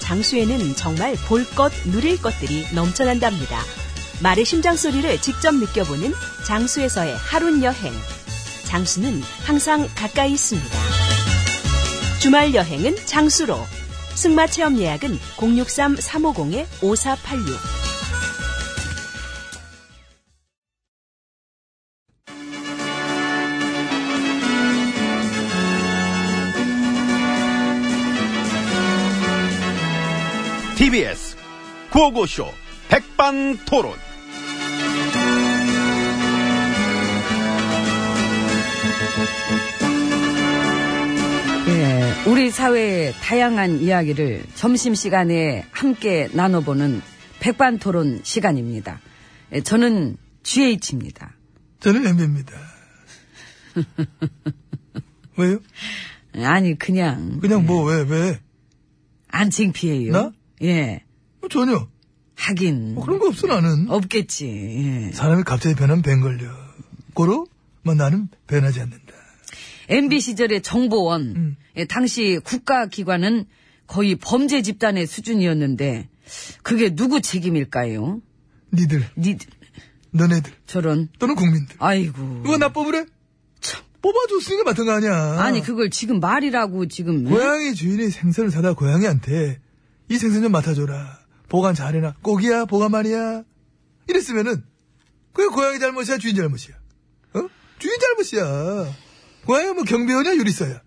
장수에는 정말 볼 것, 누릴 것들이 넘쳐난답니다. 말의 심장 소리를 직접 느껴보는 장수에서의 하룬 여행. 장수는 항상 가까이 있습니다. 주말 여행은 장수로. 승마 체험 예약은 063-350-5486. TBS 구호고쇼 백반토론. 예, 우리 사회의 다양한 이야기를 점심시간에 함께 나눠보는 백반토론 시간입니다. 예, 저는 GH입니다. 저는 엠비입니다 왜요? 아니, 그냥 그냥 뭐 왜 왜? 안 창피해요. 나? 예, 뭐 전혀 하긴 뭐 그런 거 없어 나는 없겠지. 예. 사람이 갑자기 변하면 뱀 걸려 고로 뭐 나는 변하지 않는다 예. MB 시절의 정보원, 음. 예, 당시 국가기관은 거의 범죄 집단의 수준이었는데 그게 누구 책임일까요? 니들 니 너네들 저런 또는 국민들 아이고. 이거 나 뽑으래? 뽑아줬으니까 맡은 거 아니야 아니 그걸 지금 말이라고 지금 고양이 주인이 생선을 사다 고양이한테 이 생선 좀 맡아줘라. 보관 잘해라. 고기야, 보관 말이야. 이랬으면은 그게 고양이 잘못이야, 주인 잘못이야. 어? 주인 잘못이야. 고양이 뭐 경비원이야, 유리사야.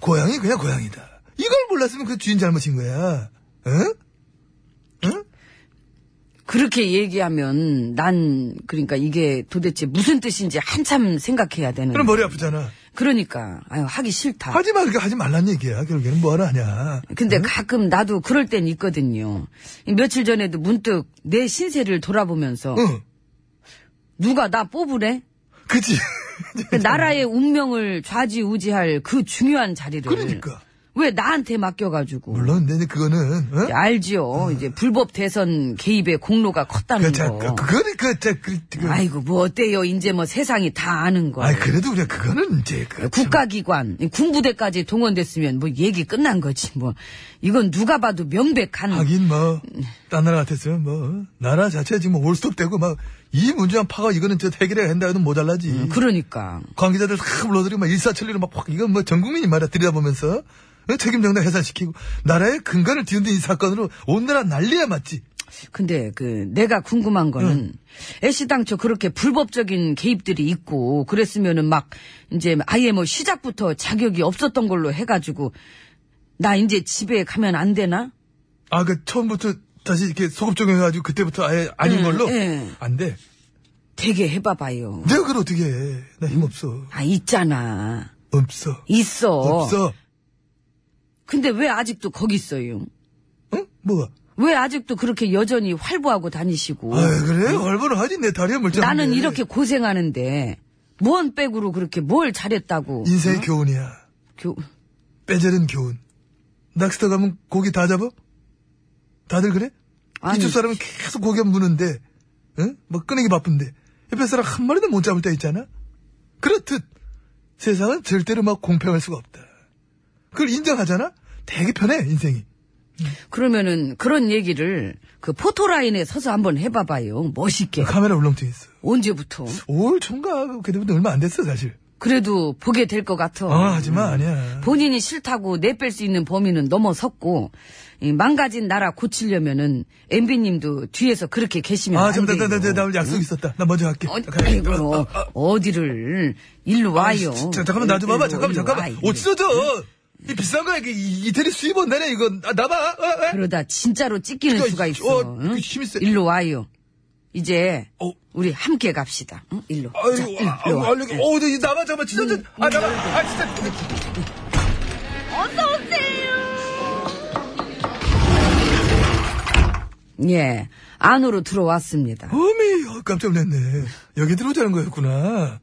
고양이 그냥 고양이다. 이걸 몰랐으면 그 주인 잘못인 거야. 어? 응? 응? 그렇게 얘기하면 난 그러니까 이게 도대체 무슨 뜻인지 한참 생각해야 되는. 그럼 머리 아프잖아. 그러니까 아유 하기 싫다. 하지 마, 그렇게 하지 말란 얘기야. 결국에는 뭐하러 하냐. 근데 가끔 나도 그럴 땐 있거든요. 며칠 전에도 문득 내 신세를 돌아보면서 응, 누가 나 뽑으래? 그치. 그 나라의 운명을 좌지우지할 그 중요한 자리를 그러니까. 왜 나한테 맡겨가지고? 물론, 근데 그거는, 어? 이제 알지요. 이제 불법 대선 개입의 공로가 컸다는 거. 그, 자, 그, 그거는, 그, 자, 그, 그, 아이고 뭐 어때요? 이제 뭐 세상이 다 아는 거. 아이 그렇죠. 그래도 그냥 그거는 이제 그 국가기관, 군부대까지 동원됐으면 뭐 얘기 끝난 거지 뭐. 이건 누가 봐도 명백한. 하긴 뭐딴 나라 같았으면 뭐 나라 자체 지금 뭐 올스톱 되고 막 이 문제만 파가 이거는 저 해결해야 한다 해도 모자라지 그러니까. 관계자들 다 불러들이고 막 일사천리로 막 확 이건 뭐 전 국민이 말이야 들여다보면서 어? 책임 정당 해산시키고 나라의 근간을 뒤흔든 이 사건으로 온 나라 난리야 맞지 근데 그 내가 궁금한 거는 애시 당초 그렇게 불법적인 개입들이 있고 그랬으면은 막 이제 아예 뭐 시작부터 자격이 없었던 걸로 해가지고 나 이제 집에 가면 안 되나? 아 그 처음부터 다시 이렇게 소급 적용해가지고 그때부터 아예 아닌 예, 걸로 예. 안 돼 되게 해봐봐요. 내가 그걸 어떻게 해나 힘 없어 아 있잖아. 없어 있어. 없어 근데 왜 아직도 거기 있어요? 응 뭐가 왜 아직도 그렇게 여전히 활보하고 다니시고? 아 그래 얼마나 하지 내 다리에 음. 물장 나는 이렇게 고생하는데 뭔 백으로 그렇게 뭘 잘했다고? 인생의 교훈이야. 교- 빼자른 교훈. 낚시터 가면 고기 다 잡아? 다들 그래? 아니. 이쪽 사람은 계속 고기 무는데, 응? 뭐 꺼내기 바쁜데. 옆에 사람 한 마리도 못 잡을 때 있잖아? 그렇듯 세상은 절대로 막 공평할 수가 없다. 그걸 인정하잖아? 되게 편해, 인생이. 그러면은 그런 얘기를 그 포토라인에 서서 한번 해봐봐요. 멋있게. 카메라 울렁증 있어. 언제부터? 올 총각, 그때부터 얼마 안 됐어, 사실. 그래도 보게 될 것 같아. 아, 하지만 아니야. 본인이 싫다고 내뺄 수 있는 범위는 넘어섰고 이 망가진 나라 고치려면은 MB님도 뒤에서 그렇게 계시면 아, 안 잠깐, 돼요. 아, 나, 나, 나, 나 약속 있었다. 나 먼저 갈게. 어, 가야 돼. 이거 어, 어디를 일로 와요. 진짜, 잠깐만, 나 좀 봐봐. 잠깐만, 일로 잠깐만. 와, 옷 찢어져. 이 비싼 거야. 이게 이, 이태리 수입 원단이야, 이거. 나, 나 봐. 어, 어? 그러다 진짜로 찢기는 그러니까 수가 이- 있어. 어, 응? 그 힘이 세- 일로 와요. 이제 어. 우리 함께 갑시다. 응? 일로. 자, 아이고, 일로 아이고, 와. 음. 아이고, 어우, 나 나봐, 잠깐만, 찢어져. 아, 나봐. 아, 진짜. 예, 안으로 들어왔습니다. 어미, 어, 깜짝 놀랐네. 여기 들어오자는 거였구나.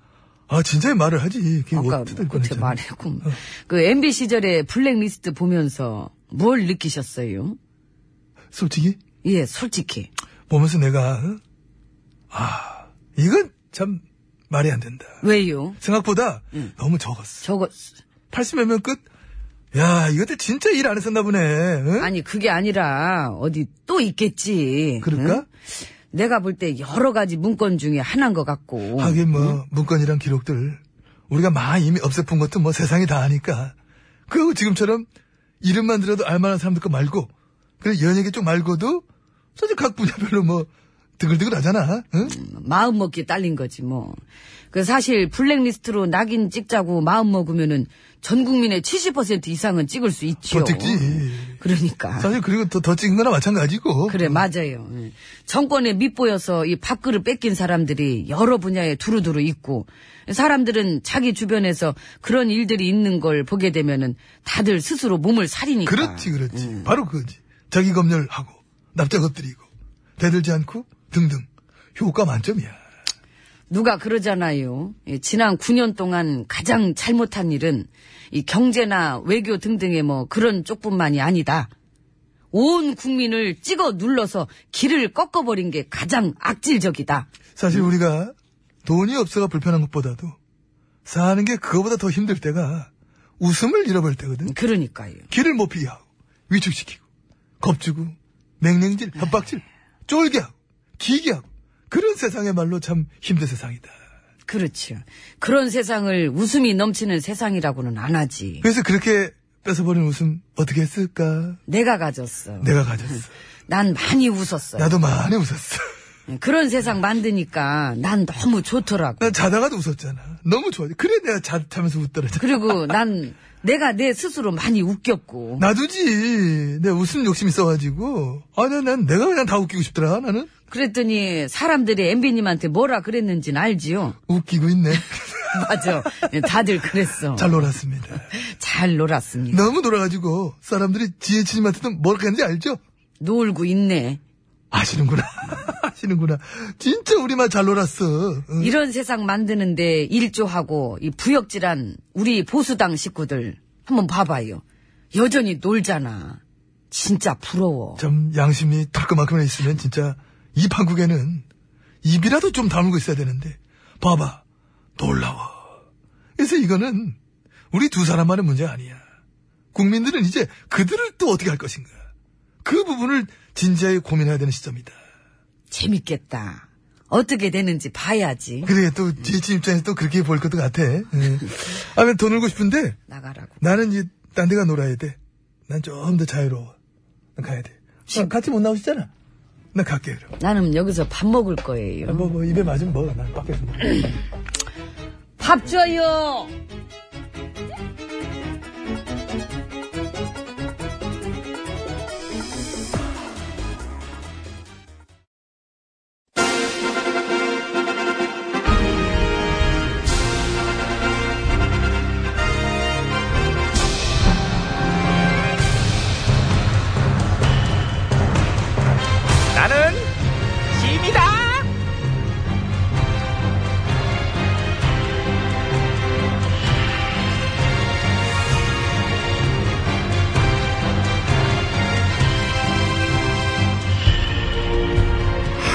아, 진짜 말을 하지. 그게 아까 어떻게 될 그때 뻔했잖아. 말했고 그 MB 시절의 블랙리스트 보면서 뭘 느끼셨어요? 솔직히? 예, 솔직히. 보면서 내가, 어? 아, 이건 참 말이 안 된다. 왜요? 생각보다 음. 너무 적었어. 저거 80몇 명 끝? 야, 이것들 진짜 일 안 했었나 보네. 응? 아니 그게 아니라 어디 또 있겠지. 그럴까? 응? 내가 볼 때 여러 가지 문건 중에 하나인 것 같고. 하긴 뭐 문건이랑 기록들 우리가 많이 이미 없애푼 것도 뭐 세상이 다 아니까 그리고 지금처럼 이름만 들어도 알만한 사람들 거 말고 그래 연예계 쪽 말고도 사실 각 분야별로 뭐 드글드글하잖아 응? 마음 먹기에 딸린 거지 뭐. 그 사실 블랙리스트로 낙인 찍자고 마음 먹으면은 전 국민의 70% 이상은 찍을 수 있죠. 더 찍지. 그러니까. 사실 그리고 더, 더 찍은 거나 마찬가지고 그래 맞아요. 예. 정권에 밑보여서 이 밥그릇 뺏긴 사람들이 여러 분야에 두루두루 있고 사람들은 자기 주변에서 그런 일들이 있는 걸 보게 되면은 다들 스스로 몸을 사리니까. 그렇지 그렇지 바로 그거지 자기 검열하고 납작 엎드리고 대들지 않고 등등 효과 만점이야 누가 그러잖아요. 예, 지난 9년 동안 가장 잘못한 일은 이 경제나 외교 등등의 뭐 그런 쪽뿐만이 아니다. 온 국민을 찍어 눌러서 길을 꺾어버린 게 가장 악질적이다. 사실 우리가 돈이 없어가 불편한 것보다도 사는 게 그거보다 더 힘들 때가 웃음을 잃어버릴 때거든. 그러니까요. 길을 못 피게 하고 위축시키고 겁주고 맹냉질, 협박질, 쫄게 하고 기게 하고 그런 세상의 말로 참 힘든 세상이다. 그렇죠. 그런 세상을 웃음이 넘치는 세상이라고는 안 하지. 그래서 그렇게 뺏어버린 웃음 어떻게 했을까? 내가 가졌어. 내가 가졌어. 난 많이 웃었어요. 예, 나도 많이 웃었어. 그런 세상 만드니까 난 너무 좋더라고. 난 자다가도 웃었잖아. 너무 좋아. 그래 내가 자, 자면서 웃더라. 그리고 난 내가 내 스스로 많이 웃겼고. 놔두지. 내 웃음 욕심 있어가지고. 아니, 난 내가 그냥 다 웃기고 싶더라, 나는. 그랬더니 사람들이 MB님한테 뭐라 그랬는지는 알지요? 웃기고 있네. 맞아. 네, 다들 그랬어. 잘 놀았습니다. 잘 놀았습니다. 너무 놀아가지고 사람들이 지혜진님한테도 뭘 했는지 알죠? 놀고 있네. 아시는구나. 아시는구나. 진짜 우리만 잘 놀았어. 응. 이런 세상 만드는데 일조하고 이 부역질한 우리 보수당 식구들 한번 봐봐요. 여전히 놀잖아. 진짜 부러워. 참 양심이 털 것만큼이나 있으면 진짜 이 판국에는 입이라도 좀 다물고 있어야 되는데 봐봐 놀라워. 그래서 이거는 우리 두 사람만의 문제 아니야. 국민들은 이제 그들을 또 어떻게 할 것인가. 그 부분을 진지하게 고민해야 되는 시점이다. 재밌겠다. 어떻게 되는지 봐야지. 그래 또 지혜진 입장에서 또 그렇게 볼 것도 같아. 응. 아, 난더 놀고 싶은데 나가라고. 나는 이제 딴 데가 놀아야 돼. 난 좀 더 자유로워. 난 가야 돼. 아, 같이 못 나오시잖아. 난 갈게 그럼. 나는 여기서 밥 먹을 거예요. 뭐, 뭐, 입에 맞으면 뭐, 난 밖에서. 먹어. 밥 줘요. 나는 짐이다.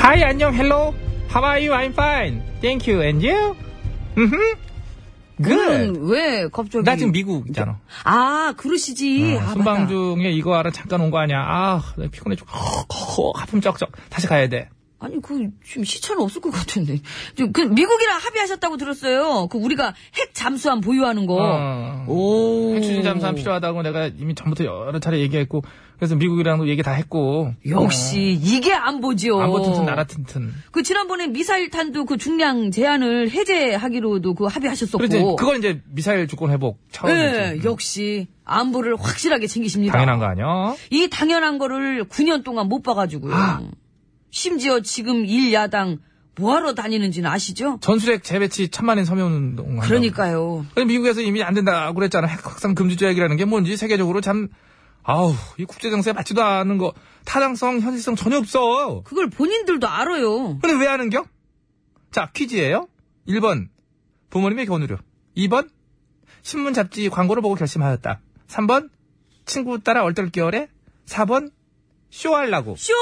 Hi, 안녕, hello. How are you? I'm fine. Thank you. And you? 음, good. 너는 왜 갑자기? 네. 나 지금 미국 있잖아. 아 그러시지. 아, 순방 맞다. 중에 이거 알아 잠깐 온 거 아니야. 아, 나 피곤해 죽. 허, 허, 아픔 쩍쩍. 다시 가야 돼. 아니, 그, 지금 시차는 없을 것 같은데. 지금 그, 미국이랑 합의하셨다고 들었어요. 그, 우리가 핵 잠수함 보유하는 거. 어. 오. 핵추진 잠수함 필요하다고 내가 이미 전부터 여러 차례 얘기했고 그래서 미국이랑도 얘기 다 했고 역시, 이게 안보지요. 어, 안보 튼튼 나라 튼튼 그, 지난번에 미사일 탄두 그 중량 제한을 해제하기로도 그 합의하셨었고. 그래서 이제 그건 이제 미사일 주권 회복 차원이지 음. 예, 역시, 안보를 확실하게 챙기십니다. 당연한 거 아니야? 이 당연한 거를 9년 동안 못 봐가지고요. 아. 심지어 지금 일야당 뭐하러 다니는지는 아시죠? 전술핵 재배치 천만인 서명운동 그러니까요. 근데 미국에서 이미 안 된다고 그랬잖아. 핵 확산 금지 조약이라는 게 뭔지 세계적으로 참 아우 이 국제 정세에 맞지도 않은 거 타당성 현실성 전혀 없어. 그걸 본인들도 알아요. 근데 왜 하는 겨? 자 퀴즈예요. 1번 부모님의 견우려. 2번 신문 잡지 광고를 보고 결심하였다. 3번 친구 따라 얼떨결에 4번 쇼하려고. 쇼!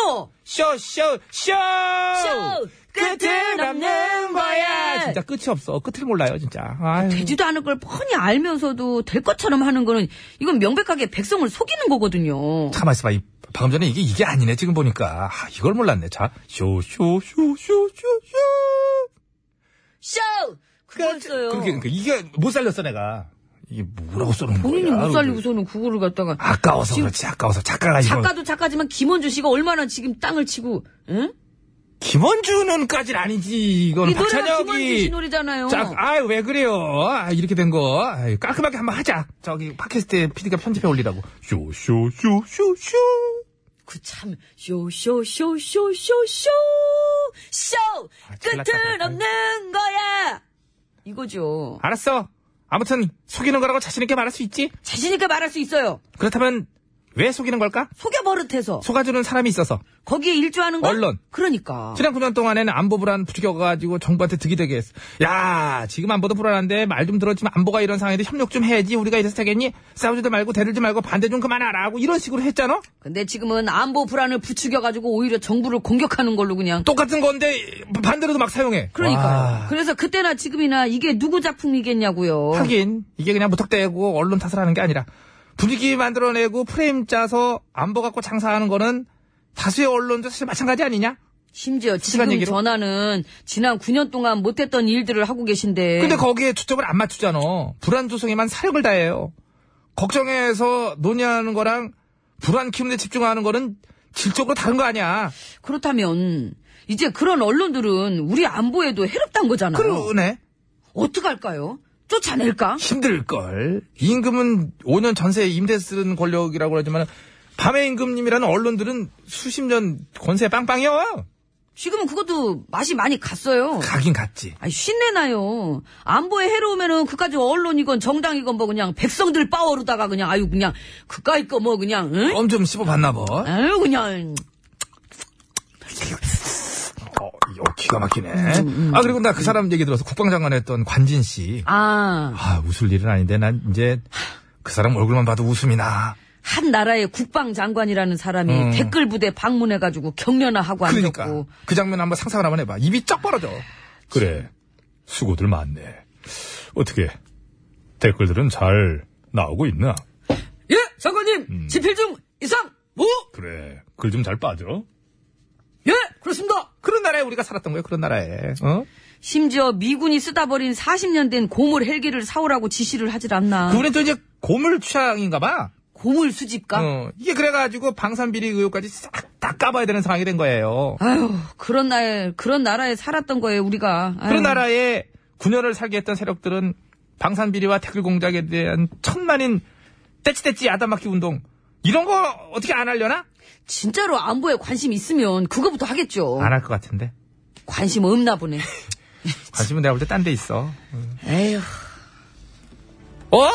쇼, 쇼, 쇼! 쇼! 끝은 없는 거야! 진짜 끝이 없어. 끝을 몰라요, 진짜. 아유. 되지도 않을 걸 뻔히 알면서도 될 것처럼 하는 거는 이건 명백하게 백성을 속이는 거거든요. 가만 있어봐. 이- 방금 전에 이게, 이게 아니네, 지금 보니까. 아, 이걸 몰랐네. 자, 쇼, 쇼, 쇼, 쇼, 쇼, 쇼. 쇼! 그거였어요. 그게, 그러니까 이게 못 살렸어, 내가. 이게 뭐라고 써놓은 거야. 본인이 못 살리고서는 그거를 갖다가 아까워서 지금 그렇지, 아까워서. 작가가 이거. 작가도 작가지만 김원주 씨가 얼마나 지금 땅을 치고 응? 김원주는까진 아니지. 이건 이 노래가 박찬혁이. 김원주 씨 노래잖아요. 자, 아유, 왜 그래요? 아, 이렇게 된 거. 아유, 깔끔하게 한번 하자. 저기, 팟캐스트에 PD가 편집해 올리라고. 쇼, 쇼, 쇼, 쇼, 쇼. 그 참 쇼 쇼 쇼 쇼 쇼쇼 쇼 아, 끝은 잘났다. 없는 거야 이거죠 알았어. 아무튼, 속이는 거라고 자신있게 말할 수 있지? 자신있게 말할 수 있어요 그렇다면, 왜 속이는 걸까? 속여 버릇해서 속아주는 사람이 있어서. 거기에 일조하는 거 언론. 그러니까 지난 9년 동안에는 안보 불안 부추겨가지고 정부한테 득이 되게 했어. 야, 지금 안보도 불안한데 말 좀 들었지만 안보가 이런 상황인데 협력 좀 해야지. 우리가 이래서 되겠니? 싸우지도 말고 대들지 말고 반대 좀 그만하라 하고 이런 식으로 했잖아? 근데 지금은 안보 불안을 부추겨 가지고 오히려 정부를 공격하는 걸로 그냥 똑같은 건데 반대로도 막 사용해. 그러니까요 와. 그래서 그때나 지금이나 이게 누구 작품이겠냐고요 하긴 이게 그냥 무턱대고 언론 탓을 하는 게 아니라 분위기 만들어내고 프레임 짜서 안보 갖고 장사하는 거는 다수의 언론도 사실 마찬가지 아니냐? 심지어 솔직한 지금 얘기로? 전화는 지난 9년 동안 못했던 일들을 하고 계신데 근데 거기에 초점을 안 맞추잖아. 불안 조성에만 사력을 다해요. 걱정해서 논의하는 거랑 불안 키우는데 집중하는 거는 질적으로 다른 거 아니야. 그렇다면 이제 그런 언론들은 우리 안보에도 해롭단 거잖아요. 그러네. 어떡할까요? 쫓아낼까? 힘들걸. 임금은 5년 전세에 임대 쓰는 권력이라고 그러지만 밤의 임금님이라는 언론들은 수십 년 권세 빵빵이야. 지금은 그것도 맛이 많이 갔어요. 가긴 갔지. 아니, 신내나요. 안보에 해로우면은 그까지 언론이건 정당이건 뭐 그냥 백성들 빠오르다가 그냥 아유 그냥 그까이 거 뭐 그냥 응? 껌 좀 씹어봤나 봐. 아유 그냥 어, 이거 기가 막히네. 음, 아 그리고 나 그 사람 얘기 들어서 국방장관 했던 관진 씨. 아. 아, 웃을 일은 아닌데 난 이제 그 사람 얼굴만 봐도 웃음이 나. 한 나라의 국방장관이라는 사람이 음. 댓글 부대 방문해가지고 격려나 하고 앉았고 그러니까 그 장면 한번 상상을 한번 해봐. 입이 쩍 벌어져. 그래. 수고들 많네. 어떻게 댓글들은 잘 나오고 있나? 예 장관님 음. 집필 중 이상 뭐? 오 그래. 글 좀 잘 빠져. 예 그렇습니다 그런 나라에 우리가 살았던 거예요. 그런 나라에. 어? 심지어 미군이 쓰다 버린 40년 된 고물 헬기를 사오라고 지시를 하질 않나. 그분은 또 이제 고물 취향인가 봐. 고물 수집가? 어, 이게 그래가지고 방산비리 의혹까지 싹 다 까봐야 되는 상황이 된 거예요. 아유, 그런 날, 그런 나라에 살았던 거예요, 우리가. 아유. 그런 나라에 9년을 살게 했던 세력들은 방산비리와 댓글 공작에 대한 천만인 떼찌떼찌 아담맞기 운동 이런 거 어떻게 안 하려나? 진짜로 안보에 관심 있으면 그거부터 하겠죠. 안 할 것 같은데. 관심 없나 보네. 관심은 내가 볼 때 딴 데 있어. 에휴, 어?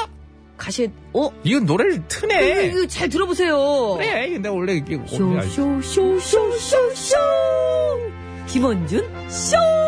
가시, 어? 이건 노래를 트네. 이거 그, 잘 들어보세요. 그래. 근데 원래 이게 쇼, 원래 쇼, 쇼, 쇼, 쇼, 쇼. 김원준, 쇼!